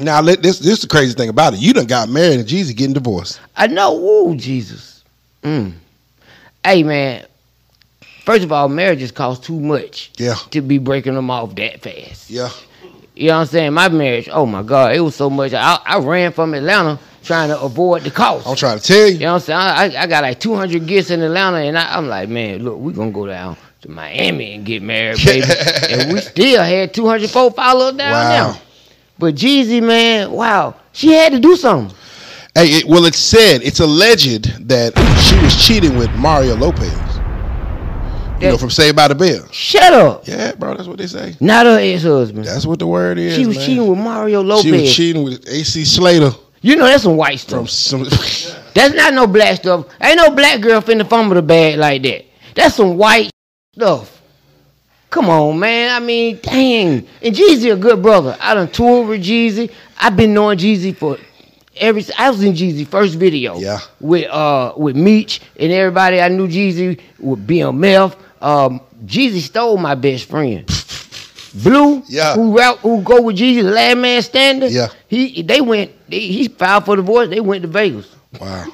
Now let this this is the crazy thing about it. You done got married and Jeezy getting divorced. I know. Woo, Jesus. Mm. Hey, man. First of all, marriages cost too much Yeah. to be breaking them off that fast. Yeah. You know what I'm saying? My marriage, oh my God, it was so much. I, I ran from Atlanta trying to avoid the cost. I'm trying to tell you. You know what I'm saying? I, I got like 200 gifts in Atlanta, and I, I'm like, man, look, we're going to go down to Miami and get married, baby. and we still had 204 followers down Wow. there. But Jeezy, man, wow, she had to do something. Hey, it, well, it's said, it's alleged that she was cheating with Mario Lopez. You know, That- from Saved by the Bell. Shut up. Yeah, bro, that's what they say. Not her ex husband. That's what the word is. She was man. cheating with Mario Lopez. She was cheating with AC Slater you know, that's some white stuff. from some. That's not no black stuff. Ain't no black girl finna fumble the bag like that. That's some white stuff. Come on, man. I mean, dang. And Jeezy a good brother. I done toured with Jeezy. I've been knowing Jeezy for every. I was in Jeezy first video. Yeah. With uh with Meech and everybody I knew Jeezy with BMF. Um, Jeezy stole my best friend. Blue, Yeah. who route, who go with Jeezy, the last man standing. Yeah. He they went. They, he filed for divorce. They went to Vegas. wow.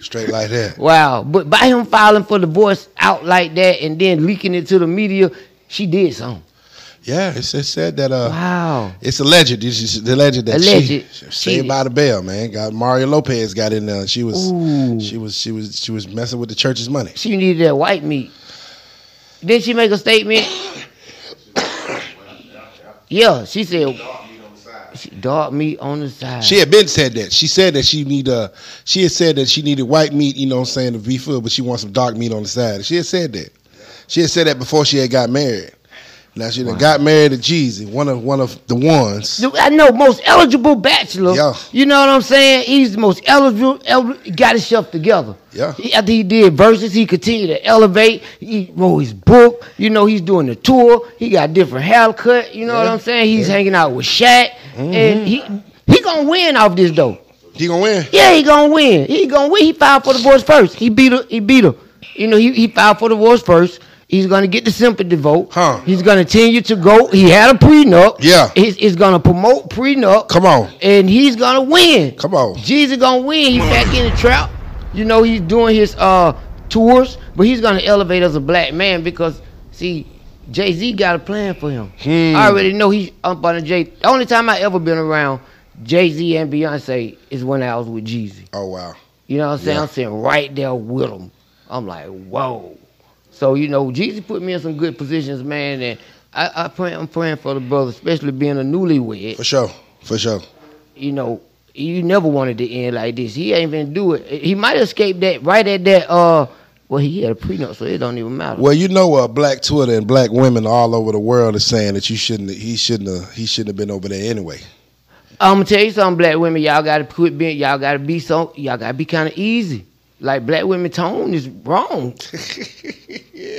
Straight like that. Wow. But by him filing for divorce out like that and then leaking it to the media, she did something. Yeah, it's, it said that. uh Wow. It's alleged. It's just alleged that she, Alleged. she Cheated. saved by the bell, man. Got Mario Lopez got in there. She was Ooh. she was she was she was messing with the church's money. She needed that white meat. Did she make a statement? yeah, she said she- dog meat on the side. She had been said that. She said that she need uh she had said that she needed white meat, you know what I'm saying, to be full, but she wants some dark meat on the side. She had said that. She had said that before she had got married. Now she done got married to Jeezy, one of one of the ones. I know most eligible bachelor. Yeah. You know what I'm saying? He's the most eligible. el- got his stuff together. Yeah. He, after he did verses, he continued to elevate. He wrote his book. You know, he's doing the tour. He got different haircut. You know what Yeah. Mm-hmm. I'm saying? He's hanging out with Shaq, and he he gonna win off this though. He gonna win. Yeah, he gonna win. He gonna win. He filed for divorce first. He beat her. He beat her. You know, he, he filed for divorce first. He's gonna get the sympathy vote. Huh. He's gonna continue to go. He had a prenup. Yeah. He's, he's gonna promote prenup. Come on. And he's gonna win. Come on. Jesus gonna win. He's back in the trap. You know, he's doing his uh tours, but he's gonna elevate as a black man because see, Jay Z got a plan for him. Hmm. I already know he's up on the Jay. The only time I ever been around Jay Z and Beyonce is when I was with Jeezy. Oh wow. You know what I'm saying? I'm sitting right there with him. I'm like, whoa. So you know, Jesus put me in some good positions, man, and I, I pray, I'm praying for the brother, especially being a newlywed For sure. For sure. you know, you never wanted to end like this. He ain't even do it. He might escape that right at that. Uh, well, he had a prenup, so it don't even matter. Well, you know, uh, black Twitter and black women all over the world are saying that you shouldn't, he shouldn't, have, he shouldn't have been over there anyway. I'm gonna tell you something, black women. Y'all gotta quit being. Y'all gotta be so. Y'all gotta be kind of easy. Like black women tone is wrong.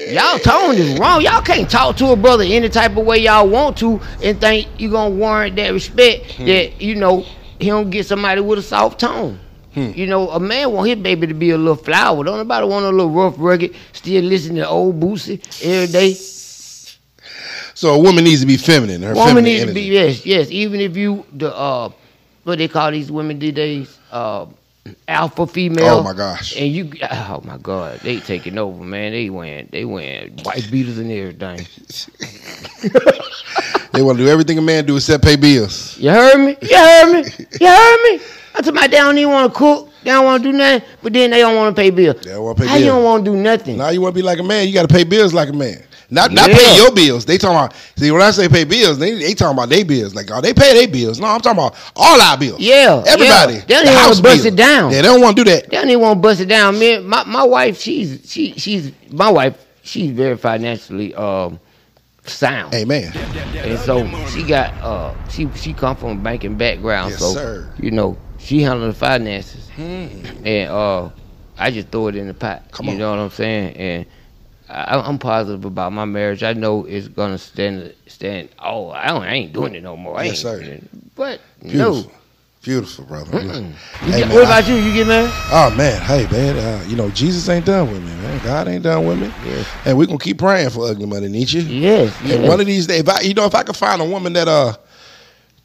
Y'all tone is wrong. Y'all can't talk to a brother any type of way y'all want to and think you gonna warrant that respect that you know he don't get somebody with a soft tone. You know, a man want his baby to be a little flower. Don't nobody want a little rough, rugged, still listening to old Boosie every day. So a woman needs to be feminine. Her Woman feminine needs to energy. be yes, yes. Even if you the uh, what they call these women these days, uh, alpha female. Oh, my gosh. And you, oh my god, they taking over, man. They wearing they wearing white beaters and everything. They want to do everything a man do except pay bills. You heard me? You heard me? You heard me? I told my they don't even want to cook. They don't want to do nothing. But then they don't want to pay bills. They don't wanna pay How you bills. don't want to do nothing? Now you want to be like a man, you got to pay bills like a man. Not not Yeah. pay your bills. They talking about see when I say pay bills, they they talking about their bills. Like oh, they pay their bills. No, I'm talking about all our bills. Yeah, everybody. yeah. They don't The even wanna house bust it bills. down. Yeah, they don't want to do that. They don't even want to bust it down. Man, my, my wife, she's she she's my wife. She's very financially um sound. Amen. And so she got uh she she come from a banking background, Yes, so sir. Hmm. you know she handled the finances, and uh I just throw it in the pot. Come you on. know what I'm saying? And I, I'm positive about my marriage. I know it's gonna stand stand. Oh, I don't, I ain't doing it no more. I Yes, ain't sir. doing it. But Beautiful. Beautiful, brother. no. You Hey, man, get- what I- about you? You get married? Oh man, hey man, uh, you know Jesus ain't done with me, man. God ain't done with me, Yes. and we gonna keep Mm, praying for ugly money, Nietzsche. Yes. And one of these days, if I, you know, if I could find a woman that uh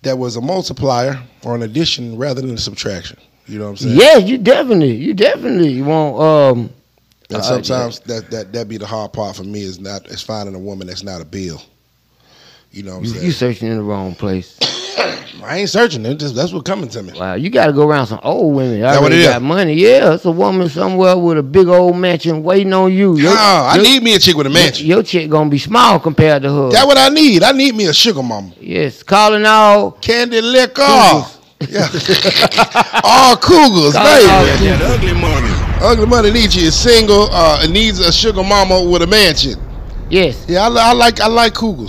that was a multiplier or an addition rather than a subtraction. You know what I'm saying? Yes, you definitely, you definitely want um. And Uh, sometimes that that that be the hard part for me is not is finding a woman that's not a bill. You know what I'm You, saying? you searching in the wrong place. I ain't searching. It just that's what coming to me. Wow, you got to go around some old women. That That what already it is? got money. Yeah, it's a woman somewhere with a big old mansion waiting on you. Oh, I your- need me a chick with a mansion. Your chick gonna be small compared to her. That's what I need. I need me a sugar mama. yes, calling all. Candy liquor. Yeah. All cougars, Calling all baby. That ugly money. Ugly Money needs you is single. Uh, and needs a sugar mama with a mansion. yes, Yeah, I, li- I like I like cougars.